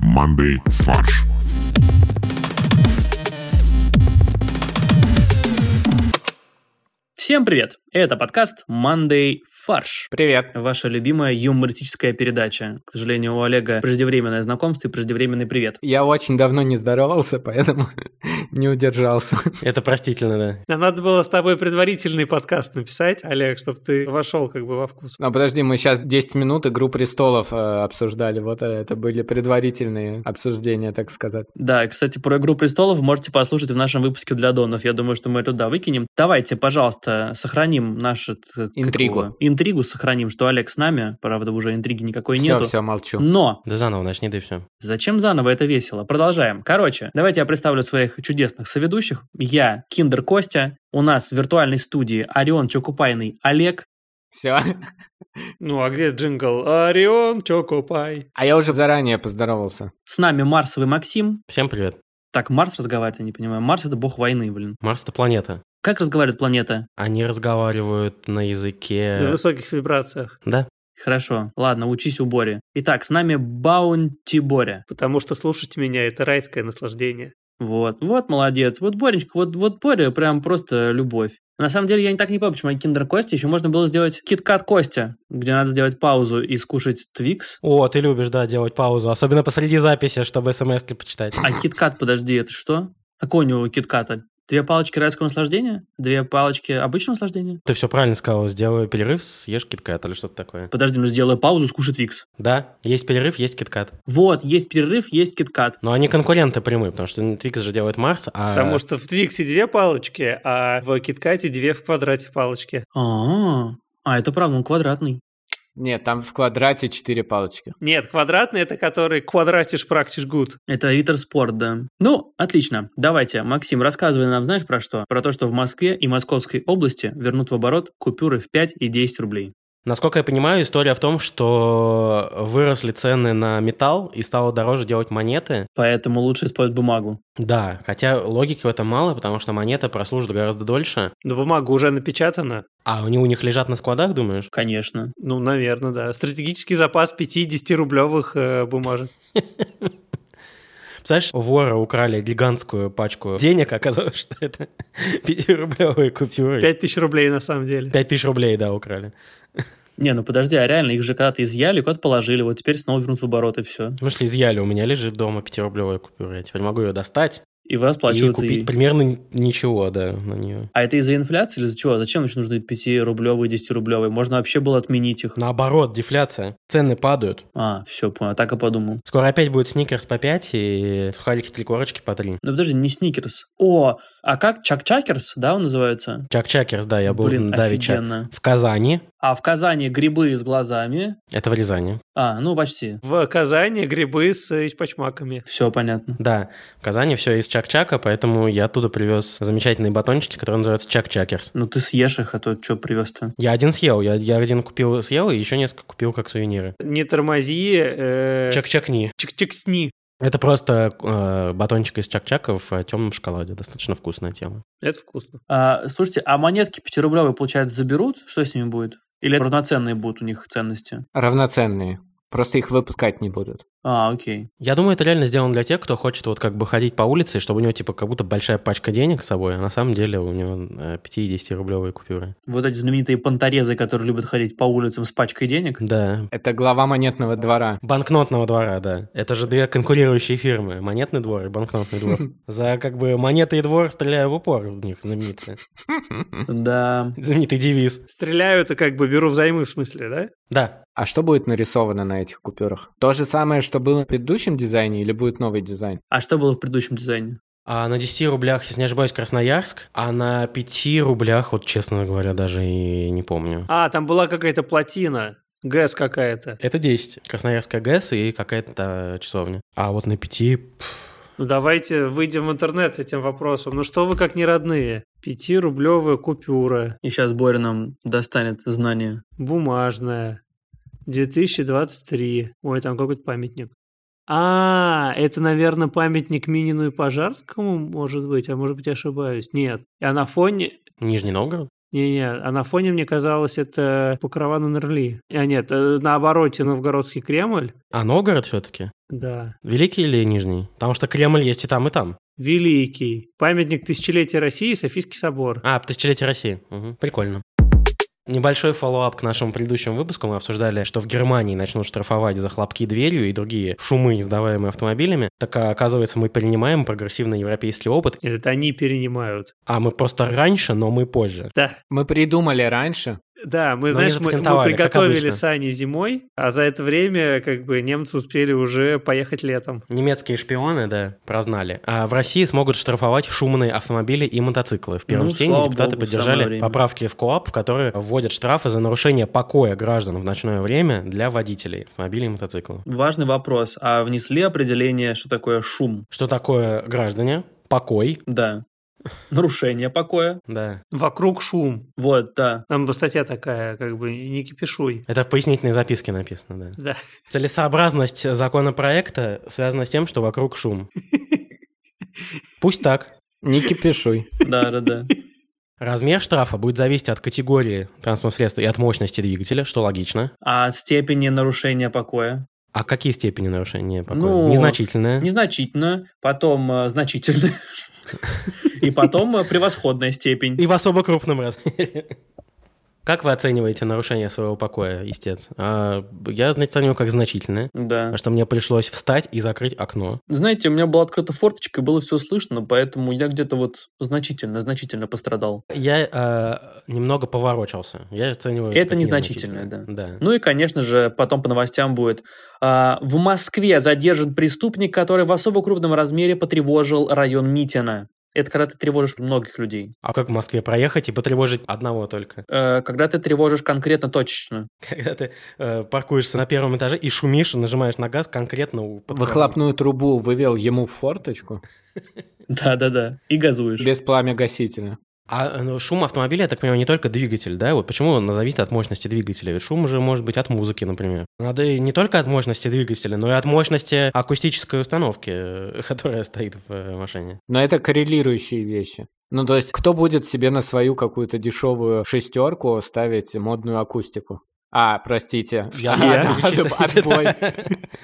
командой «Фарш». Всем привет! Это подкаст Monday Фарш. Привет. Ваша любимая юмористическая передача. К сожалению, у Олега преждевременное знакомство и преждевременный привет. Я очень давно не здоровался, поэтому не удержался. Это простительно, да. Нам А надо было с тобой предварительный подкаст написать, Олег, чтобы ты вошел как бы во вкус. Но подожди, мы сейчас 10 минут «Игру престолов» э, обсуждали. Вот э, это были предварительные обсуждения, так сказать. Да, и, кстати, про «Игру престолов» можете послушать в нашем выпуске для донов. Я думаю, что мы это туда выкинем. Давайте, пожалуйста, сохраним наш... Интригу. Интригу сохраним, что Олег с нами. Правда, уже интриги никакой Все, нету. все, молчу. Но Да заново начни, да и все. Зачем заново это весело? Продолжаем. Короче, давайте я представлю своих чудесных соведущих. Я Киндер Костя. У нас в виртуальной студии Орион Чокупайный Олег. Все. Ну а где джингл? Орион, Чокопай. А я уже заранее поздоровался. С нами Марсовый Максим. Всем привет. Так, Марс разговаривает, я не понимаю. Марс это бог войны, блин. Марс это планета. Как разговаривает планета? Они разговаривают на На языке... высоких вибрациях. Да. Хорошо, ладно, учись у Бори. Итак, с нами Баунти Боря. Потому что слушать меня – это райское наслаждение. Вот, вот молодец. Вот Боречка, вот, вот Боря прям просто любовь. На самом деле я не так не помню, почему они киндер Костя. Еще можно было сделать кит-кат Костя, где надо сделать паузу и скушать Твикс. О, ты любишь, да, делать паузу, особенно посреди записи, чтобы смс почитать. А кит-кат, подожди, это что? А Какой у него кит-ката? Две палочки райского наслаждения? Две палочки обычного наслаждения? Ты все правильно сказал, сделаю перерыв, съешь киткат или что-то такое. Подожди, ну сделаю паузу, скушать Твикс. Да, есть перерыв, есть киткат. Вот, есть перерыв, есть кит-кат. Но они конкуренты прямые, потому что Твикс же делает Марс, а... Потому что в Твиксе две палочки, а в Киткате две в квадрате палочки. А, а это правда, он квадратный. Нет, там в квадрате 4 палочки. Нет, квадратный – это который квадратишь, практишь, гуд. Это Риттер Спорт, да. Ну, отлично. Давайте, Максим, рассказывай нам, знаешь, про что? Про то, что в Москве и Московской области вернут в оборот купюры в 5 и 10 рублей. Насколько я понимаю, история в том, что выросли цены на металл и стало дороже делать монеты. Поэтому лучше использовать бумагу. Да, хотя логики в этом мало, потому что монета прослужит гораздо дольше. Но Ну, бумага уже напечатана. А они у них лежат на складах, думаешь? Конечно. Ну, наверное, да. Стратегический запас 50-рублевых э, бумажек. Представляешь, у вора украли гигантскую пачку денег, оказалось, что это 5-рублевые купюры. 5000 рублей на самом деле. 5 тысяч рублей, да, украли. Не, ну подожди, а реально, их же когда-то изъяли, куда-то положили, вот теперь снова вернут в оборот, и все. В смысле, изъяли. У меня лежит дома 5-рублевая купюра. Я теперь могу ее достать И и расплачиваться. купить ей. примерно н- ничего, да, на нее. А это из-за инфляции или из-за чего? Зачем еще нужны 5-рублевые, 10-рублевые? Можно вообще было отменить их. Наоборот, дефляция. Цены падают. А, все, понял, так и подумал. Скоро опять будет сникерс по 5 и сухарики три корочки по 3. Ну подожди, не Сникерс. О, а как? Чак-чакерс, да, он называется? Чак-чакерс, да, я был Блин, давеча. офигенно. В Казани. А в Казани грибы с глазами. Это в Рязани. А, ну почти. В Казани грибы с э, ичпачмаками. Все понятно. Да, в Казани все из Чак-Чака, поэтому я оттуда привез замечательные батончики, которые называются Чак-Чакерс. Ну ты съешь их, а то что привез-то? Я один съел, я, я один купил, съел, и еще несколько купил как сувениры. Не тормози. э, Чак-чакни. Чик-чик-сни. Это просто э, батончик из чак-чака в э, темном шоколаде. Достаточно вкусная тема. Это вкусно. А, слушайте, а монетки 5-рублевые, получается, заберут? Что с ними будет? Или равноценные будут у них ценности? Равноценные. Просто их выпускать не будут. А, окей. Я думаю, это реально сделано для тех, кто хочет вот как бы ходить по улице, и чтобы у него типа как будто большая пачка денег с собой, а на самом деле у него э, 5 и 10 рублевые купюры. Вот эти знаменитые понторезы, которые любят ходить по улицам с пачкой денег. Да. Это глава монетного двора. Банкнотного двора, да. Это же две конкурирующие фирмы. Монетный двор и банкнотный двор. За как бы монеты и двор стреляю в упор в них знаменитый. Да. Знаменитый девиз. Стреляю, это как бы беру взаймы в смысле, да? Да, А что будет нарисовано на этих купюрах? То же самое, что было в предыдущем дизайне или будет новый дизайн? А что было в предыдущем дизайне? А на 10 рублях, если не ошибаюсь, Красноярск, а на 5 рублях, вот честно говоря, даже и не помню. А, там была какая-то плотина. ГЭС какая-то. Это 10. Красноярская ГЭС и какая-то часовня. А вот на 5... Ну давайте выйдем в интернет с этим вопросом. Ну что вы как не родные? Пятирублевая купюра, И сейчас Боря нам достанет знания. бумажная, 2023. Ой, там какой-то памятник. А, это, наверное, памятник Минину и Пожарскому, может быть, а может быть, я ошибаюсь. Нет. А на фоне Нижний Новгород? Не-не, а на фоне мне казалось это Покрова на Нерли. А нет, э, на обороте Новгородский Кремль. А Новгород все-таки? Да. Великий или Нижний? Потому что Кремль есть и там, и там. Великий. Памятник тысячелетия России, Софийский собор. А, тысячелетие России. Мгм, Прикольно. Небольшой фоллоуап к нашему предыдущему выпуску. Мы обсуждали, что в Германии начнут штрафовать за хлопки дверью и другие шумы, издаваемые автомобилями. Так а, оказывается, мы перенимаем прогрессивный европейский опыт, Это они перенимают. а мы просто раньше, но мы позже. Да. Мы придумали раньше. Да, мы, Но знаешь, они мы, мы запатентовали, как приготовили обычно. сани зимой, а за это время как бы немцы успели уже поехать летом. Немецкие шпионы, да, прознали. А в России смогут штрафовать шумные автомобили и мотоциклы. В первом Ну, чтении слава депутаты богу, самое поддержали время. поправки в КОАП, в которые вводят штрафы за нарушение покоя граждан в ночное время для водителей автомобилей и мотоциклов. Важный вопрос. А внесли определение, что такое шум? Что такое граждане? Покой. Да. Нарушение покоя. Да. Вокруг шум. Вот, да. Там бы статья такая, как бы не кипишуй. Это в пояснительной записке написано, да. Да. Целесообразность законопроекта связана с тем, что вокруг шум. Пусть так. Не кипишуй. Да, да, да. Размер штрафа будет зависеть от категории транспортного средства и от мощности двигателя, что логично. А от степени нарушения покоя? А какие степени нарушения покоя? Ну, Незначительное. Незначительно, потом э, значительно. И потом э, превосходная степень. И в особо крупном размере. Как вы оцениваете нарушение своего покоя, истец? А, я значит, оцениваю как значительное, Да. что мне пришлось встать и закрыть окно. Знаете, у меня была открыта форточка, и было все слышно, поэтому я где-то вот значительно, значительно пострадал. Я э, немного поворочился. Я оцениваю... Это как незначительное, Да. Ну и, конечно же, потом по новостям будет. а, в Москве задержан преступник, который в особо крупном размере потревожил район Митина. Это когда ты тревожишь многих людей. А как в Москве проехать и потревожить одного только? Э, когда ты тревожишь конкретно точечно. Когда ты э, паркуешься на первом этаже и шумишь, и нажимаешь на газ конкретно... у- под- Выхлопную трубу вывел ему в форточку Да-да-да. И газуешь. без пламя-гасителя. А э, ну, шум автомобиля, я так понимаю, не только двигатель, да? Вот почему он зависит от мощности двигателя? Ведь шум же может быть от музыки, например. Надо и не только от мощности двигателя, но и от мощности акустической установки, э, которая стоит в э, машине. Но это коррелирующие вещи. Ну, то есть, кто будет себе на свою какую-то дешевую шестерку ставить модную акустику? А, простите. Все. Да, да, Отбой.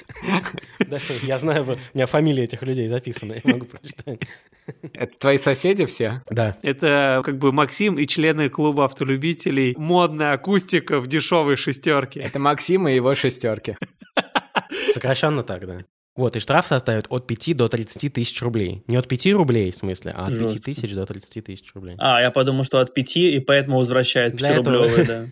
Да, Я знаю, вы- у меня фамилия этих людей записана, я могу прочитать. Это твои соседи все? Да. Это как бы Максим и члены клуба автолюбителей. Модная акустика в дешевой шестерке. Это Максим и его шестерки. Сокращенно так, да. Вот, и штраф составит от 5 до 30 тысяч рублей. Не от 5 рублей, в смысле, а от 5 Жестко. тысяч до 30 тысяч рублей. А, я подумал, что от пяти, и поэтому возвращают Для этого. пятирублевые, да.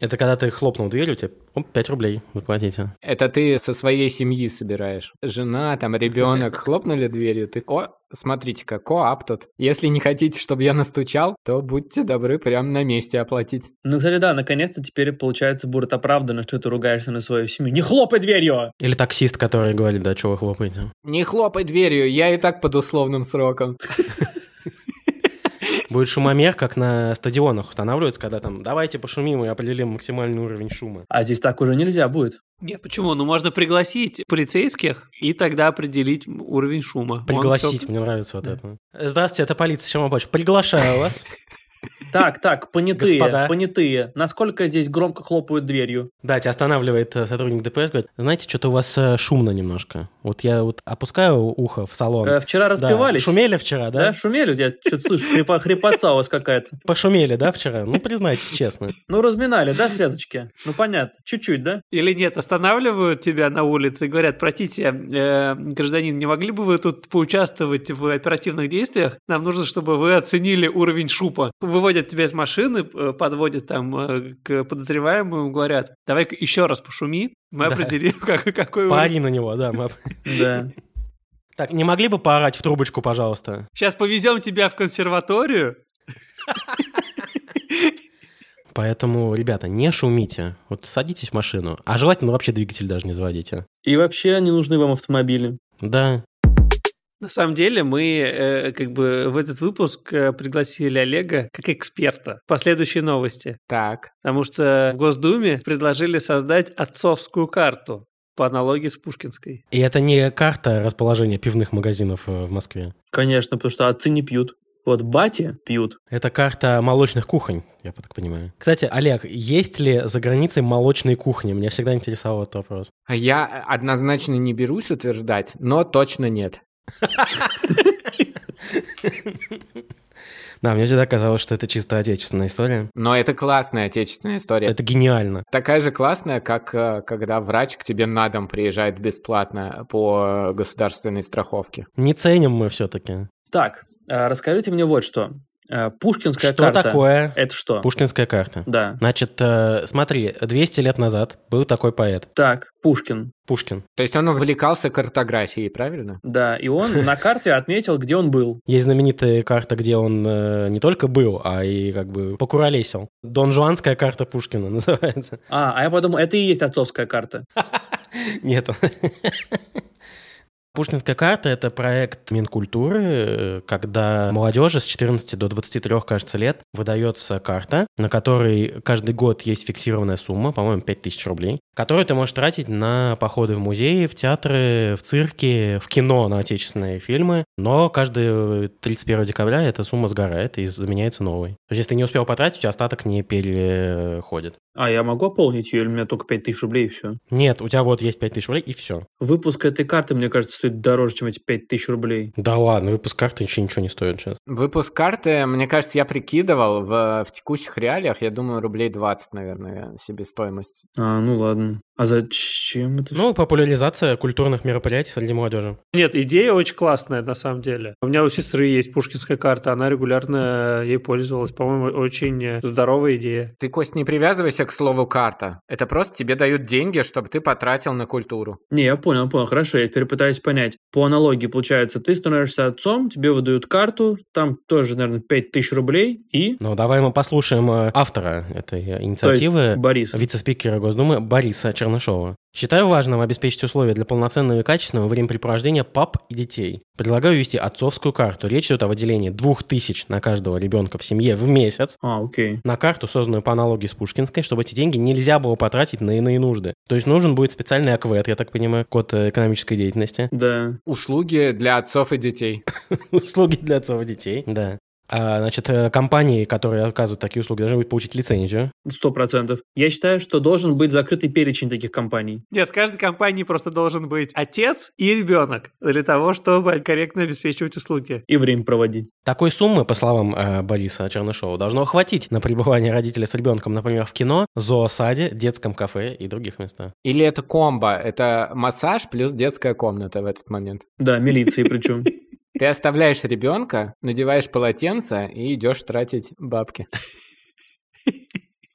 Это когда ты хлопнул дверью, тебе оп, 5 рублей заплатите. Это ты со своей семьи собираешь. Жена, там, ребенок, хлопнули дверью. Ты, о, смотрите-ка, коап тут. Если не хотите, чтобы я настучал, то будьте добры прямо на месте оплатить. Ну, кстати, да, наконец-то теперь, получается, будет оправдано, что ты ругаешься на свою семью. Не хлопай дверью! Или таксист, который говорит, да, чего вы хлопаете? Не хлопай дверью, я и так под условным сроком. Будет шумомер, как на стадионах устанавливается, когда там давайте пошумим и определим максимальный уровень шума. А здесь так уже нельзя будет. Нет, почему? Ну, можно пригласить полицейских и тогда определить м, уровень шума. Он Пригласить, всё- мне нравится вот это. Здравствуйте, это полиция, чем вам помочь? Приглашаю вас. Так, так, понятые, Господа. понятые. Насколько здесь громко хлопают дверью? Да, тебя останавливает э, сотрудник ДПС, говорит, знаете, что-то у вас э, шумно немножко. Вот я вот опускаю ухо в салон. Э, вчера Да. распевались? Шумели вчера, Да, да? шумели, я что-то слышу, хрипа, хрипотца у вас какая-то. Пошумели, да, вчера? Ну, признайтесь честно. Ну, разминали, да, связочки? Ну, понятно, чуть-чуть, да? Или нет, останавливают тебя на улице и говорят, простите, э, гражданин, не могли бы вы тут поучаствовать в оперативных действиях? Нам нужно, чтобы вы оценили уровень шупа. Выводят тебя из машины, э, подводят там э, к подозреваемому, говорят, давай-ка еще раз пошуми, мы Да. определим, как, какой уровень. Пари на него, да. мы- Да. Так, не могли бы поорать в трубочку, пожалуйста? Сейчас повезем тебя в консерваторию, Поэтому, ребята, не шумите. Вот садитесь в машину. А желательно вообще двигатель даже не заводите. И вообще не нужны вам автомобили. Да, На самом деле мы э, как бы в этот выпуск э, пригласили Олега как эксперта по следующей новости, Так, потому что в Госдуме предложили создать отцовскую карту по аналогии с Пушкинской. И это не карта расположения пивных магазинов э, в Москве. Конечно, потому что отцы не пьют. Вот бати пьют. Это карта молочных кухонь, я так понимаю. Кстати, Олег, есть ли за границей молочные кухни? Меня всегда интересовал этот вопрос. А Я однозначно не берусь утверждать, но точно нет. Да, мне всегда казалось, что это чисто отечественная история. Но это классная отечественная история. Это гениально. Такая же классная, как э, когда врач к тебе на дом приезжает бесплатно по э, государственной страховке. Не ценим мы все-таки. Так, э, расскажите мне вот что. Э, Пушкинская Что карта. такое Это что? пушкинская карта? Да. Значит, э, смотри, 200 лет назад был такой поэт Так, Пушкин. Пушкин. То есть он увлекался картографией, правильно? Да, и он на карте отметил, где он был. Есть знаменитая карта, где он э, не только был, а и как бы покуролесил. Дон Жуанская карта Пушкина называется. А, а я подумал, это и есть отцовская карта. Нет. Пушкинская карта — это проект Минкультуры, э, когда молодежи с 14 до 23, кажется, лет выдается карта, на которой каждый год есть фиксированная сумма, по-моему, 5000 рублей, которую ты можешь тратить на походы в музеи, в театры, в цирки, в кино, на отечественные фильмы, но каждый 31 декабря эта сумма сгорает и заменяется новой. То есть если ты не успел потратить, у тебя остаток не переходит. А я могу ополнить ее, или у меня только 5000 рублей и все? Нет, у тебя вот есть 5000 рублей, и все. Выпуск этой карты, мне кажется, стоит дороже, чем эти 5000 рублей. Да ладно, выпуск карты еще ничего не стоит сейчас. Выпуск карты, мне кажется, я прикидывал в, в текущих реалиях, я думаю, рублей 20, наверное, себестоимость. А, ну ладно. А зачем это? всё? Ну, популяризация культурных мероприятий среди молодежи. Нет, идея очень классная, на самом деле. У меня у сестры есть пушкинская карта, она регулярно э, ей пользовалась. По-моему, очень э, здоровая идея. Ты, Кость, не привязывайся к слову «карта». Это просто тебе дают деньги, чтобы ты потратил на культуру. Не, я понял, понял, хорошо, я теперь пытаюсь понять. По аналогии, получается, ты становишься отцом, тебе выдают карту, там тоже, наверное, 5000 рублей и... Ну, давай мы послушаем э, автора этой э, инициативы, Борис. вице-спикера Госдумы Бориса Чернышова. Считаю важным обеспечить условия для полноценного и качественного времяпрепровождения пап и детей. Предлагаю ввести отцовскую карту. Речь идет о выделении двух тысяч на каждого ребенка в семье в месяц А, окей. на карту, созданную по аналогии с Пушкинской, чтобы эти деньги нельзя было потратить на иные нужды. То есть нужен будет специальный аквет, я так понимаю, код э, экономической деятельности. Да. Услуги для отцов и детей. услуги для отцов и детей. Да. А, значит, э, компании, которые оказывают такие услуги, должны будут получить лицензию. Сто процентов. Я считаю, что должен быть закрытый перечень таких компаний. Нет, в каждой компании просто должен быть отец и ребенок для того, чтобы корректно обеспечивать услуги. И время проводить. Такой суммы, по словам э, Бориса Чернышова, должно хватить на пребывание родителя с ребенком, например, в кино, зоосаде, детском кафе и других местах. Или это комбо, это массаж плюс детская комната в этот момент. Да, милиции причем. Ты оставляешь ребенка, надеваешь полотенце и идешь тратить бабки.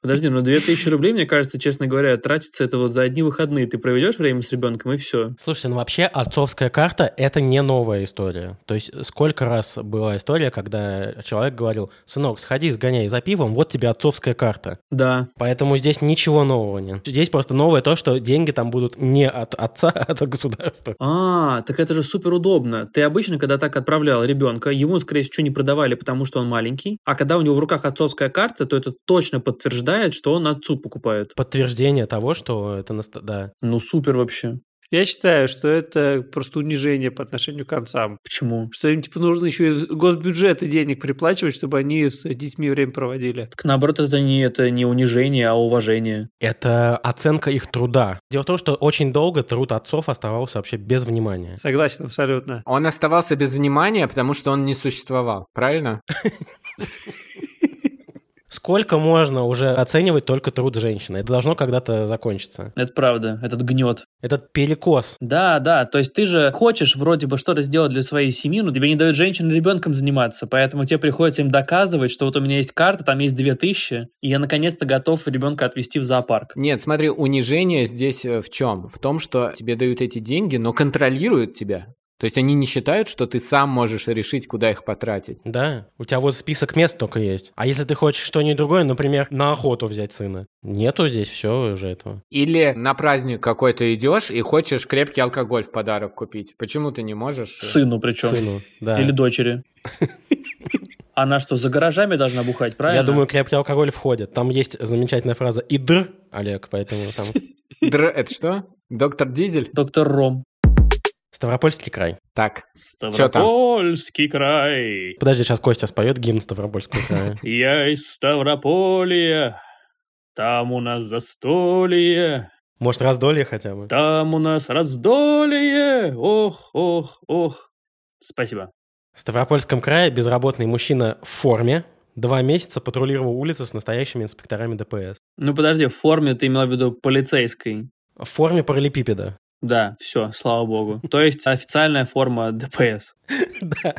Подожди, ну 2000 рублей, мне кажется, честно говоря, тратится это вот за одни выходные. Ты проведешь время с ребенком и все. Слушайте, ну вообще отцовская карта – это не новая история. То есть сколько раз была история, когда человек говорил, сынок, сходи, сгоняй за пивом, вот тебе отцовская карта. Да. Поэтому здесь ничего нового нет. Здесь просто новое то, что деньги там будут не от отца, а от государства. А, так это же супер удобно. Ты обычно, когда так отправлял ребенка, ему, скорее всего, не продавали, потому что он маленький. А когда у него в руках отцовская карта, то это точно подтверждает, что он отцу покупает. Подтверждение того, что это... наста- Да. Ну супер вообще. Я считаю, что это просто унижение по отношению к концам. Почему? Что им типа нужно еще из госбюджета денег приплачивать, чтобы они с детьми время проводили. Так наоборот, это не, это не унижение, а уважение. Это оценка их труда. Дело в том, что очень долго труд отцов оставался вообще без внимания. Согласен абсолютно. Он оставался без внимания, потому что он не существовал, правильно? Сколько можно уже оценивать только труд женщины? Это должно когда-то закончиться. Это правда, этот гнет. Этот перекос. Да, да, то есть ты же хочешь вроде бы что-то сделать для своей семьи, но тебе не дают женщин ребенком заниматься, поэтому тебе приходится им доказывать, что вот у меня есть карта, там есть 2000, и я наконец-то готов ребенка отвезти в зоопарк. Нет, смотри, унижение здесь э, в чем? В том, что тебе дают эти деньги, но контролируют тебя. То есть они не считают, что ты сам можешь решить, куда их потратить. Да, у тебя вот список мест только есть. А если ты хочешь что-нибудь другое, например, на охоту взять сына, нету здесь все уже этого. Или на праздник какой-то идешь и хочешь крепкий алкоголь в подарок купить. Почему ты не можешь? э, Сыну причем. Сыну, да. Или дочери. Она что, за гаражами должна бухать, правильно? Я думаю, крепкий алкоголь входит. Там есть замечательная фраза «идр», Олег, поэтому там... Др... Это что? Доктор Дизель? Доктор Ром. Ставропольский край. Так, Чё там? Ставропольский край. Подожди, сейчас Костя споет гимн Ставропольского края. Я из Ставрополя. Там у нас застолье, Может, раздолье хотя бы? там у нас раздолье. Ох, ох, ох. Спасибо. В Ставропольском крае безработный мужчина в форме два месяца патрулировал улицы с настоящими инспекторами ДПС. Ну подожди, в форме ты имел в виду полицейской. В форме параллелепипеда. Да, все, слава богу. То есть официальная форма ДПС. Да.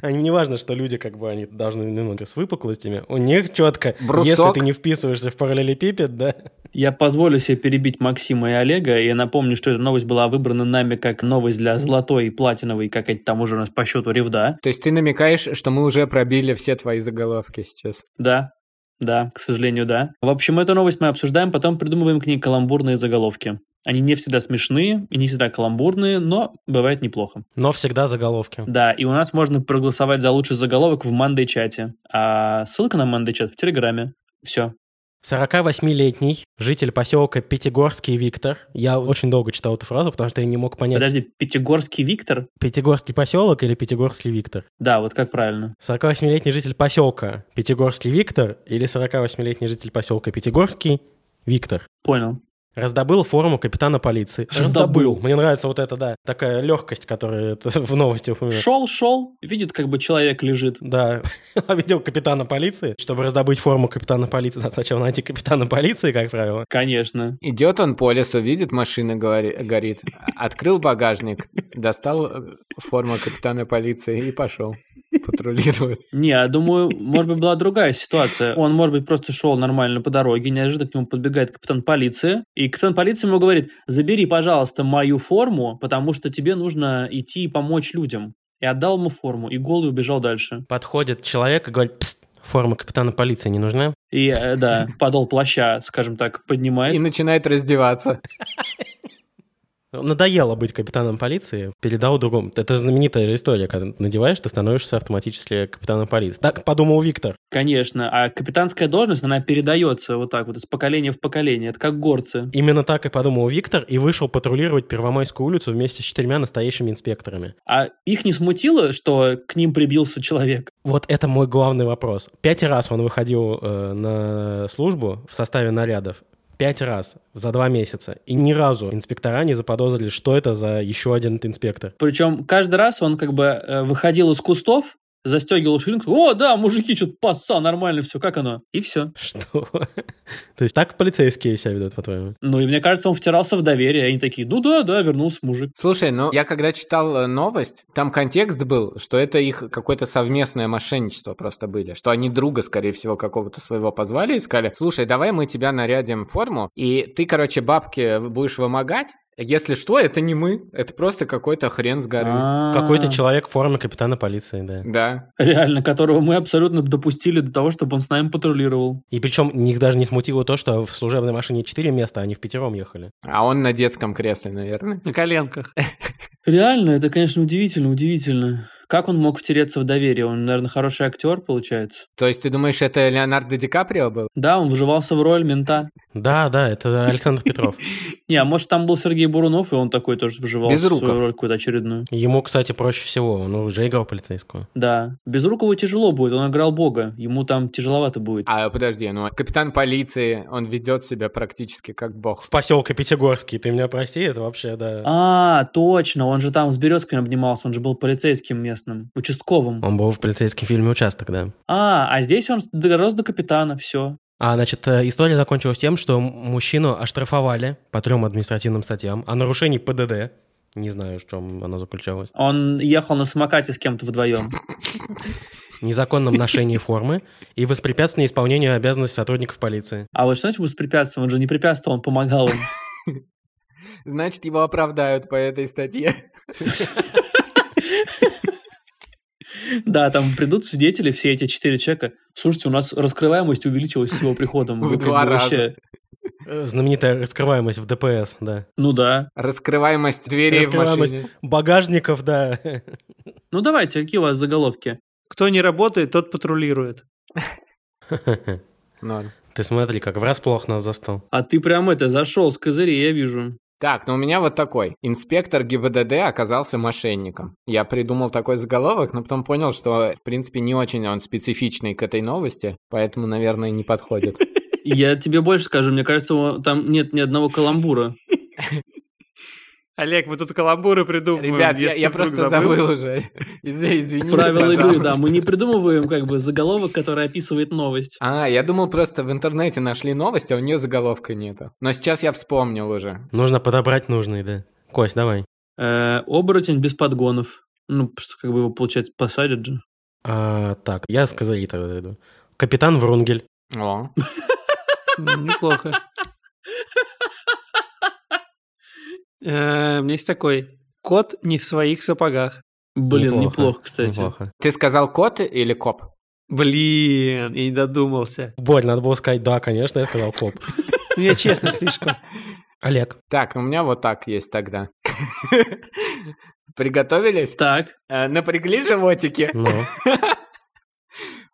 Они не важно, что люди, как бы, они должны немного с выпуклостями. У них четко, если Брусок. ты не вписываешься в параллелепипед, да. Я позволю себе перебить Максима и Олега. Я напомню, что эта новость была выбрана нами как новость для золотой и платиновой, как это там уже у нас по счету ревда. То есть ты намекаешь, что мы уже пробили все твои заголовки сейчас. Да, да, к сожалению, да. В общем, эту новость мы обсуждаем, потом придумываем к ней каламбурные заголовки. Они не всегда смешные и не всегда каламбурные, но бывает неплохо. Но всегда заголовки. Да, и у нас можно проголосовать за лучший заголовок в Мандэй-чате. А ссылка на Мандэй-чат в Телеграме. Все. 48-летний житель поселка Пятигорский Виктор. Я очень долго читал эту фразу, потому что я не мог понять, Подожди, Пятигорский Виктор? Пятигорский поселок или Пятигорский Виктор. Да, вот как правильно. 48-летний житель поселка Пятигорский Виктор или 48-летний житель поселка Пятигорский Виктор. Понял. Раздобыл форму капитана полиции. Раздобыл. Мне нравится вот это, да, такая легкость, которая это в новости упоминается. Шел, шел, видит, как бы человек лежит. Да, видел капитана полиции. Чтобы раздобыть форму капитана полиции, надо сначала найти капитана полиции, как правило. Конечно. Идет он по лесу, видит, машина гори- горит. Открыл багажник, достал э, форму капитана полиции и пошел патрулировать. Не, я думаю, может быть, была другая ситуация. Он, может быть, просто шел нормально по дороге, неожиданно к нему подбегает капитан полиции, и капитан полиции ему говорит, забери, пожалуйста, мою форму, потому что тебе нужно идти и помочь людям. И отдал ему форму, и голый убежал дальше. Подходит человек и говорит, «Пст, форма капитана полиции не нужна? И, э, да, подол плаща, скажем так, И поднимает. начинает раздеваться. Надоело быть капитаном полиции, передал другому. Это же знаменитая же история, когда ты надеваешь, ты становишься автоматически капитаном полиции. Так подумал Виктор. Конечно. А капитанская должность, она передается вот так вот, из поколения в поколение. Это как горцы. Именно так и подумал Виктор и вышел патрулировать Первомайскую улицу вместе с четырьмя настоящими инспекторами. А их не смутило, что к ним прибился человек? Вот это мой главный вопрос. Пять раз он выходил э, на службу в составе нарядов. Пять раз за два месяца. И ни разу инспектора не заподозрили, что это за еще один инспектор. Причем каждый раз он как бы э, выходил из кустов, застегивал ширинку. О, да, мужики, что-то паса, нормально все, как оно? И все. Что? То есть так полицейские себя ведут, по-твоему? Ну, и мне кажется, он втирался в доверие. Они такие, ну да, да, вернулся мужик. Слушай, ну я когда читал э, новость, там контекст был, что это их какое-то совместное мошенничество просто были, что они друга, скорее всего, какого-то своего позвали и сказали, слушай, давай мы тебя нарядим в форму, и ты, короче, бабки будешь вымогать, если что, это не мы, это просто какой-то хрен с горы. Какой-то А, человек в форме капитана полиции, да. Да. Реально, которого мы абсолютно допустили до того, чтобы он с нами патрулировал. И причем них даже не смутило то, что в служебной машине четыре места, а они в пятером ехали. А он на детском кресле, наверное. На коленках. Реально, это, конечно, удивительно, удивительно. Как он мог втереться в доверие? Он, наверное, хороший актер, получается. То есть ты думаешь, это Леонардо Ди Каприо был? Да, он вживался в роль мента. Да, да, это Александр Петров. Не, а может, там был Сергей Бурунов, и он такой тоже вживался в Безруков. свою роль какую-то очередную. Ему, кстати, проще всего, он уже играл полицейского. Да. Безрукову тяжело будет, он играл бога. Ему там тяжеловато будет. А, подожди, ну капитан полиции, он ведет себя практически как бог. В поселке Пятигорский, ты меня прости, это вообще, да. А, точно, он же там с Березками обнимался, он же был полицейским местным, участковым. Он был в полицейском фильме «Участок», да. А, а здесь он дорос до капитана, все. А, значит, э, история закончилась тем, что м- мужчину оштрафовали по трем административным статьям о нарушении ПДД. Не знаю, в чем оно заключалось. Он ехал на самокате с кем-то вдвоем. Незаконном ношении формы и воспрепятствовании исполнению обязанностей сотрудников полиции. А вот что значит воспрепятствовал? Он же не препятствовал, он помогал им. Значит, его оправдают по этой статье. Да, там придут свидетели, все эти четыре человека. Слушайте, у нас раскрываемость увеличилась с его приходом. В Вы как два бы раза. вообще- Э, Знаменитая раскрываемость в ДПС, да. Ну да. Раскрываемость дверей в Раскрываемость. машине. Багажников, да. Ну давайте, какие у вас заголовки? Кто не работает, тот патрулирует. Норм. Ты смотри, как врасплох нас застал. А ты прям это зашел с козырей, я вижу. Так, ну у меня вот такой. Инспектор ГИБДД оказался мошенником. Я придумал такой заголовок, но потом понял, что, в принципе, не очень он специфичный к этой новости, поэтому, наверное, не подходит. Я тебе больше скажу, мне кажется, там нет ни одного каламбура. Олег, мы тут каламбуры придумываем. Ребят, я, если я вдруг просто забыл уже. Из- Извините, Правила игры, да. пожалуйста. Мы не придумываем как бы заголовок, который описывает новость. А, я думал, просто в интернете нашли новость, а у нее заголовка нету. Но сейчас я вспомнил уже. Нужно подобрать нужные, да. Кость, давай. Э, оборотень без подгонов. Ну, что как бы его, получается, посадят же. А, так, я с козырей тогда зайду. Капитан Врунгель. О, М, Неплохо. Э, У меня есть такой. Кот не в своих сапогах. Блин, неплохо, кстати. неплохо. ты сказал кот или коп? Блин, я не додумался. Борь, надо было сказать, да, конечно, я сказал коп. Ну, я честно слишком. Олег, Так, ну у меня вот так есть тогда. Приготовились? Так, Э, Напрягли животики? ну,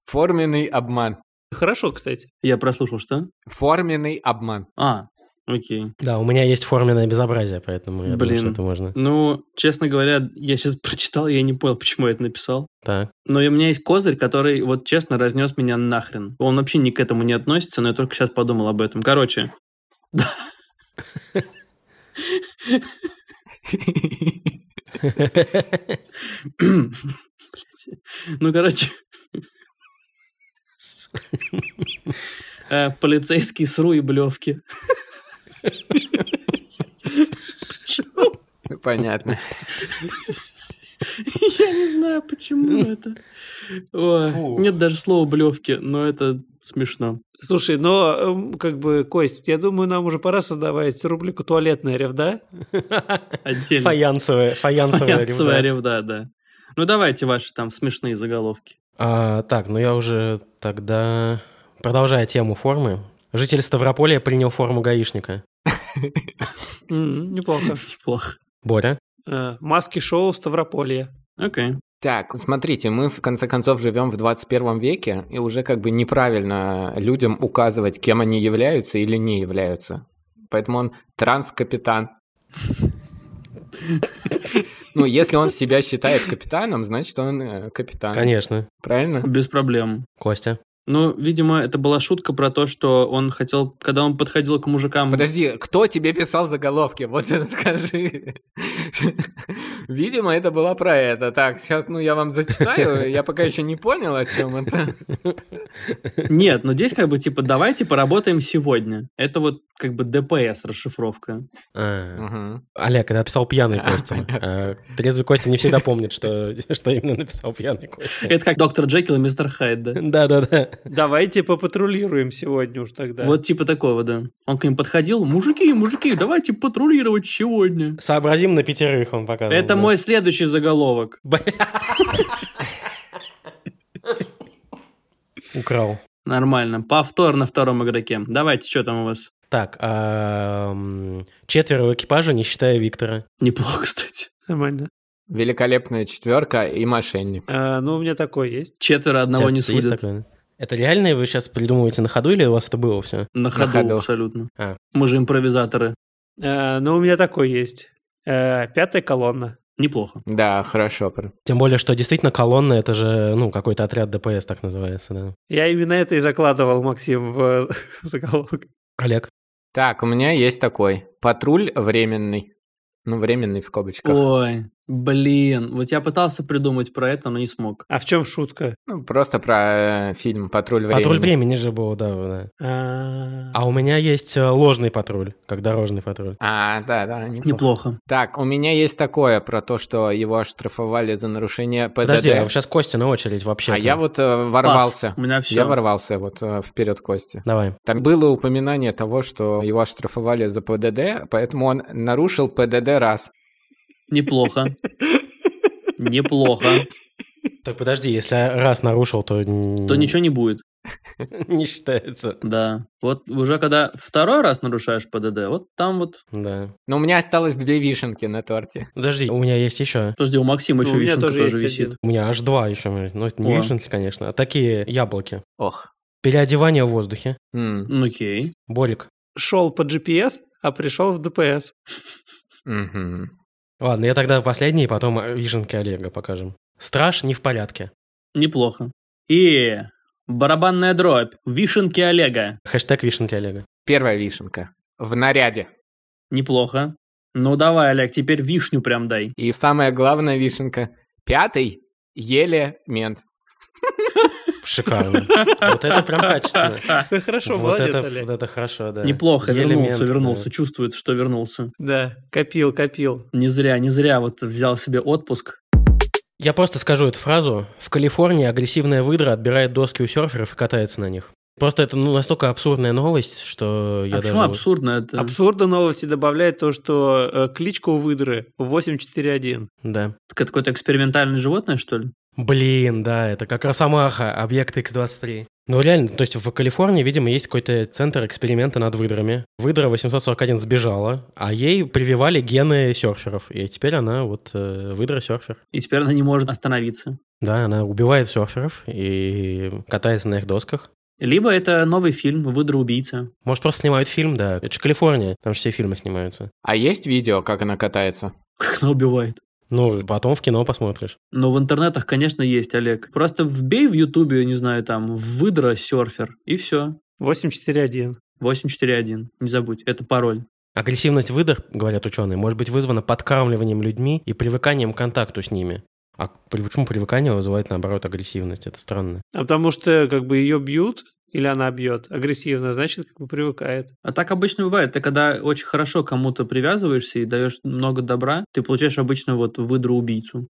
Форменный обман. Хорошо, кстати. я прослушал, что? Форменный обман. А, окей. да, у меня есть форменное безобразие, поэтому я думаю, Блин. что это можно. Ну, честно говоря, я сейчас прочитал, я не понял, почему я это написал. Так, Но и у меня есть козырь, который, вот честно, разнес меня нахрен. Он вообще ни к этому не относится, но я только сейчас подумал об этом. Короче, Блядь. Ну, короче. Э, Полицейский с и блевки. Понятно. Я не знаю, почему это. Ой, Фу. Нет даже слова блевки, но это смешно. Слушай, но эм, как бы, Кость, я думаю, нам уже пора создавать рубрику «Туалетная ревда». Отдельно. фаянсовая, фаянсовая Фаянсовая ревда. ревда, да. Ну, давайте ваши там смешные заголовки. А, Так, ну я уже тогда... Продолжая тему формы, житель Ставрополя принял форму гаишника. М, Неплохо. Плохо. Боря, Э, Маски-шоу в Ставрополье. Окей. Так, смотрите, мы в конце концов живем в 21 веке, и уже как бы неправильно людям указывать, кем они являются или не являются. Поэтому он транс-капитан. Ну, если он себя считает капитаном, значит, он э, капитан. А. конечно. Правильно? Без проблем. Костя, Ну, видимо, это была шутка про то, что он хотел, когда он подходил к мужикам... Подожди, кто тебе писал заголовки? Вот это скажи. Видимо, это было про это. Так, сейчас, ну, я вам зачитаю. Я пока еще не понял, о чем это. Нет, но здесь как бы типа давайте поработаем сегодня. Это вот как бы ДПС расшифровка. А, Мгм. Олег, это написал пьяный А, Костя. А, Трезвый Костя не всегда помнит, что что именно написал пьяный Костя. Это как доктор Джекил и мистер Хайд, да? Да-да-да. Давайте попатрулируем сегодня уж тогда. Вот типа такого, да. Он к ним подходил, мужики, мужики, давайте патрулировать сегодня. Сообразим на пятерых он показывал. Это да. мой следующий заголовок. Украл. Нормально. Повтор на втором игроке. Давайте, что там у вас? Так, а, м, четверо в экипаже, не считая Виктора. Неплохо, кстати. Нормально. Великолепная четверка и мошенник. Э, Ну, у меня такой есть. Четверо одного У тебя не это есть судят. такое? Это реально вы сейчас придумываете на ходу или у вас это было все? На ходу, ходу. абсолютно. А. Мы же импровизаторы. Э, Ну, у меня такой есть. Э, Пятая колонна. Неплохо. Да, хорошо. пр- Тем более, что действительно колонна это же, ну, какой-то отряд ДПС так называется, да. Я именно это и закладывал, Максим, в э, заголовок. Олег. Так, у меня есть такой. Патруль временный. Ну, временный в скобочках. Ой, блин. Вот я пытался придумать про это, но не смог. А в чем шутка? Ну, просто про э, фильм «Патруль времени». Патруль времени же был, да, да. А, А у меня есть э, ложный патруль, как дорожный патруль. А, да, да, неплохо. Неплохо. Так, у меня есть такое про то, что его оштрафовали за нарушение ПДД. Подожди, а сейчас Костя на очередь вообще. А я вот э, ворвался. Пас. У меня все. Я ворвался вот э, вперед Кости. Давай. Там было упоминание того, что его оштрафовали за ПДД, поэтому он нарушил ПДД раз. Неплохо. Неплохо. Так подожди, если раз нарушил, то... То ничего не будет. не считается. Да. Вот уже когда второй раз нарушаешь ПДД, вот там вот... Да. Но у меня осталось две вишенки на торте. Подожди, у меня есть еще. Подожди, у Максима Ну, еще у меня вишенка тоже тоже, есть висит. один. У меня аж два еще. Ну, это не О. вишенки, конечно, а такие яблоки. Ох. Переодевание в воздухе. М. Ну, окей. Борик. Шел по GPS, а пришел в ДПС. Мгм. Ладно, я тогда последний, потом э, вишенки Олега покажем. Страж не в порядке. Неплохо. И барабанная дробь. Вишенки Олега. Хэштег вишенки Олега. Первая вишенка. В наряде. Неплохо. Ну давай, Олег, теперь вишню прям дай. И самая главная вишенка. Пятый. Еле мент. Шикарно. Вот это прям качественно. Ну, Хорошо, вот, молодец, это, Олег. вот это хорошо, да. Неплохо, вернулся, Элементно. вернулся. Чувствуется, что вернулся. Да, копил, копил. Не зря, не зря вот взял себе отпуск. Я просто скажу эту фразу. В Калифорнии агрессивная выдра отбирает доски у серферов и катается на них. Просто это ну, настолько абсурдная новость, что я а почему даже... вот- абсурдно это? Абсурда новости добавляет то, что э, кличка у выдры 841. Да. Это какое-то экспериментальное животное, что ли? Блин, да, это как Росомаха, объект X-23. Ну реально, то есть в Калифорнии, видимо, есть какой-то центр эксперимента над выдрами. Выдра 841 сбежала, а ей прививали гены серферов. И теперь она вот э, выдра-серфер. И теперь она не может остановиться. Да, она убивает серферов и катается на их досках. Либо это новый фильм «Выдра-убийца». Может, просто снимают фильм, да. Это же Калифорния, там же все фильмы снимаются. А есть видео, как она катается? Как она убивает. Ну, потом в кино посмотришь. Но в интернетах, конечно, есть, Олег. Просто вбей в Ютубе, не знаю, там, «Выдра-серфер» и все. 841. 841, не забудь, это пароль. Агрессивность выдох, говорят ученые, может быть вызвана подкармливанием людьми и привыканием к контакту с ними. А при- почему привыкание вызывает, наоборот, агрессивность? Это странно. А потому что как бы ее бьют, или она бьет агрессивно, значит, как бы привыкает. А так обычно бывает. Ты когда очень хорошо к кому-то привязываешься и даешь много добра, ты получаешь обычно вот выдру-убийцу.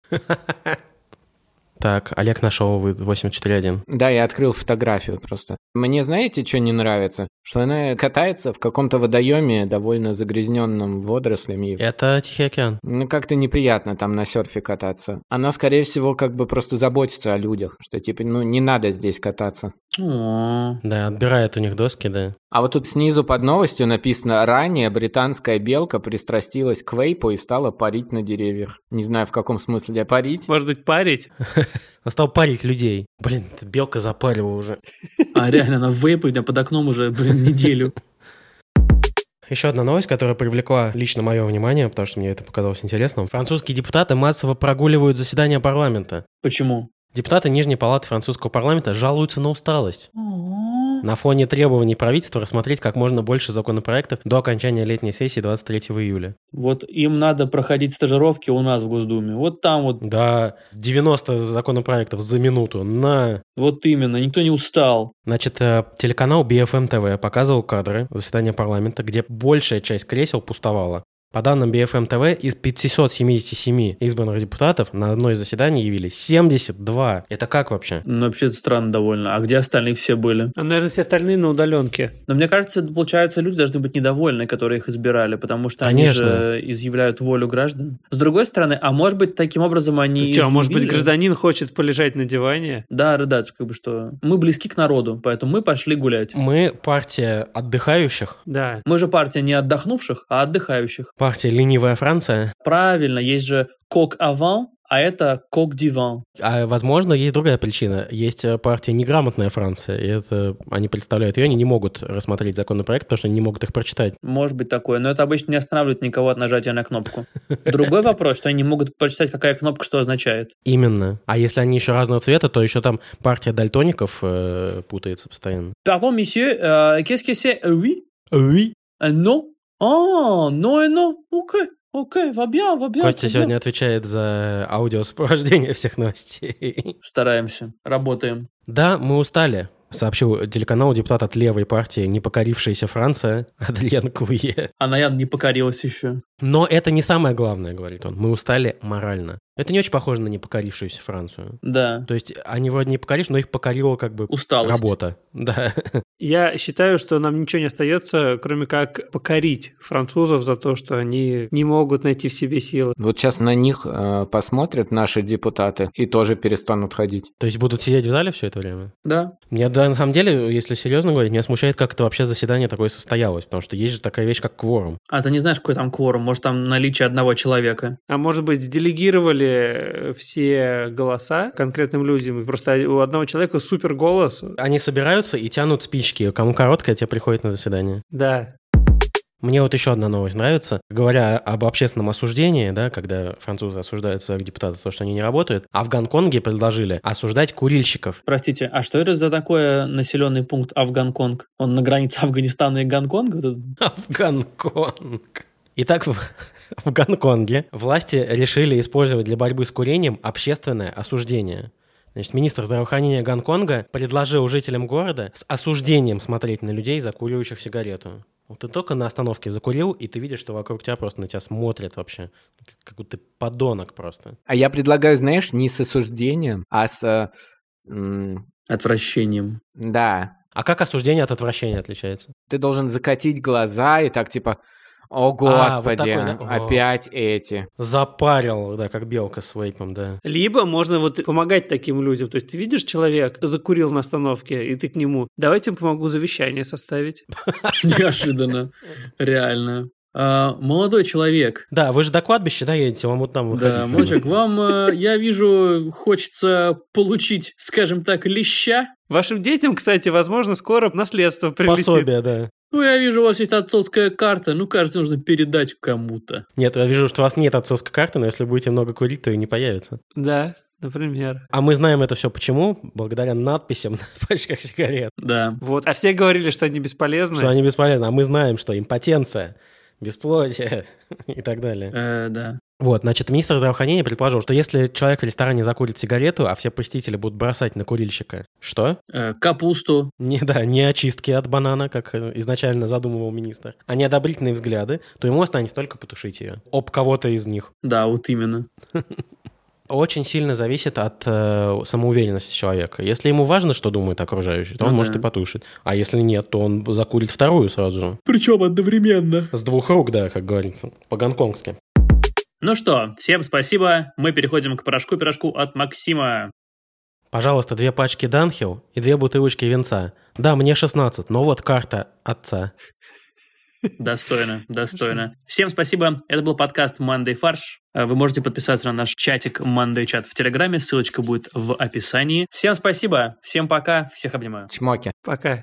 Так, Олег нашел вы- 841. Да, я открыл фотографию просто. Мне знаете, что не нравится? Что она катается в каком-то водоеме, довольно загрязненном водорослями. и Это Тихий океан. Ну, как-то неприятно там на серфе кататься. Она, скорее всего, как бы просто заботится о людях, что типа, ну, не надо здесь кататься. О, Да, отбирает у них доски, да. А вот тут снизу под новостью написано «Ранее британская белка пристрастилась к вейпу и стала парить на деревьях». Не знаю, в каком смысле парить. Может быть, парить? Он стал парить людей. Блин, эта белка запарила уже. а реально, она вейпает, а под окном уже, блин, неделю. Еще одна новость, которая привлекла лично мое внимание, потому что мне это показалось интересным. Французские депутаты массово прогуливают заседания парламента. Почему? Депутаты Нижней палаты французского парламента жалуются на усталость. На фоне требований правительства рассмотреть как можно больше законопроектов до окончания летней сессии 23 июля. Вот им надо проходить стажировки у нас в Госдуме. Вот там вот, Да, 90 законопроектов за минуту на... вот именно, никто не устал. Значит, э, телеканал BFM TV показывал кадры заседания парламента, где большая часть кресел пустовала. По данным BFM TV, из 577 избранных депутатов на одно из заседаний явились 72. Это как вообще? Ну, вообще это странно довольно. А где остальные все были? А, наверное, все остальные на удаленке. Но мне кажется, это, получается, люди должны быть недовольны, которые их избирали, потому что они Конечно. же изъявляют волю граждан. С другой стороны, а может быть, таким образом они... Ты чё, а может быть, изъявили- гражданин хочет полежать на диване? Да, да, да, то есть как бы что... Мы близки к народу, поэтому мы пошли гулять. Мы партия отдыхающих, Да. Мы же партия не отдохнувших, а отдыхающих. партия «Ленивая Франция», Правильно, есть же кок аван, а это кок диван. А, возможно, есть другая причина. Есть э, партия «Неграмотная Франция», и это они представляют ее, они не могут рассмотреть законопроект, потому что они не могут их прочитать. Может быть такое, но это обычно не останавливает никого от нажатия на кнопку. Другой вопрос, что они не могут прочитать, какая кнопка что означает. Именно. А если они еще разного цвета, то еще там партия дальтоников э, путается постоянно. Pardon, monsieur, euh, qu'est-ce que c'est? Euh, Oui? Euh, Non? А, non et non. Окей, окей, va bien, va bien, Костя c'est сегодня bien. отвечает за аудиосопровождение всех новостей. Стараемся, работаем. Да, мы устали, сообщил телеканал депутат от левой партии «Непокорившаяся Франция» Адриен Клуе. А Наян не покорилась еще. Но это не самое главное, говорит он. Мы устали морально. Это не очень похоже на непокорившуюся Францию. Да, То есть они вроде не покоришь, но их покорила как бы усталость. работа. Да. Я считаю, что нам ничего не остается, кроме как покорить французов за то, что они не могут найти в себе силы. Вот сейчас на них э, посмотрят наши депутаты и тоже перестанут ходить. То есть будут сидеть в зале все это время? Да, Мне да, на самом деле, если серьезно говорить, меня смущает, как это вообще заседание такое состоялось, потому что есть же такая вещь, как кворум. А ты не знаешь, какой там кворум? Может, там наличие одного человека? А может быть, делегировали э, все голоса конкретным людям, и просто у одного человека супер голос. Они собираются и тянут спички. Кому короткое, те приходят на заседание. Да. Мне вот еще одна новость нравится. Говоря об общественном осуждении, да, когда французы осуждают своих депутатов за то, что они не работают, а в Гонконге предложили осуждать курильщиков. Простите, а что это за такое населенный пункт Афгонконг? Он на границе Афганистана и Гонконга? Вот это- А в Гонконг. Итак, в, в Гонконге власти решили использовать для борьбы с курением общественное осуждение. Значит, министр здравоохранения Гонконга предложил жителям города с осуждением смотреть на людей, закуривающих сигарету. Вот ты только на остановке закурил, и ты видишь, что вокруг тебя просто на тебя смотрят вообще. Как будто ты подонок просто. А я предлагаю, знаешь, не с осуждением, а с... э, м, Отвращением. да, А как осуждение от отвращения отличается? ты должен закатить глаза и так типа... О, А, вот господи, такой, да? О. опять эти. Запарил, да, как белка с вейпом, да. Либо можно вот помогать таким людям. То есть ты видишь человек, закурил на остановке, и ты к нему. Давайте я помогу завещание составить. Неожиданно. Реально. А, Молодой человек, Да, вы же до кладбища, да, едете, вам вот там выходить Да, надо. Мочек, вам, э, я вижу, хочется получить, скажем так, леща. Вашим детям, кстати, возможно, скоро наследство прилетит. Пособие, да. Ну, я вижу, у вас есть отцовская карта. Ну, кажется, нужно передать кому-то. Нет, я вижу, что у вас нет отцовской карты, но если будете много курить, то и не появится. Да, например. А мы знаем это все почему? Благодаря надписям на пачках сигарет. Да. Вот. А все говорили, что они бесполезны. Что они бесполезны. А мы знаем, что импотенция, бесплодие и так далее. Э, да. Вот, значит, министр здравоохранения предположил, что если человек в ресторане закурит сигарету, а все посетители будут бросать на курильщика, что? Э, капусту. Не, да, не очистки от банана, как э, изначально задумывал министр, а неодобрительные взгляды, то ему останется только потушить ее. Об кого-то из них. Да, вот именно. очень сильно зависит от э, самоуверенности человека. Если ему важно, что думает окружающий, то он Ну может да. и потушит. А если нет, то он закурит вторую сразу же. Причем одновременно. С двух рук, да, как говорится, по-гонконгски. Ну что, всем спасибо. Мы переходим к порошку-пирожку от Максима. Пожалуйста, две пачки Данхил и две бутылочки венца. Да, мне 16, но вот карта отца. Достойно, достойно. Всем спасибо. Это был подкаст Monday Фарш. Э, Вы можете подписаться на наш чатик Monday Чат в Телеграме. Ссылочка будет в описании. Всем спасибо. Всем пока. Всех обнимаю. Чмоки. Пока.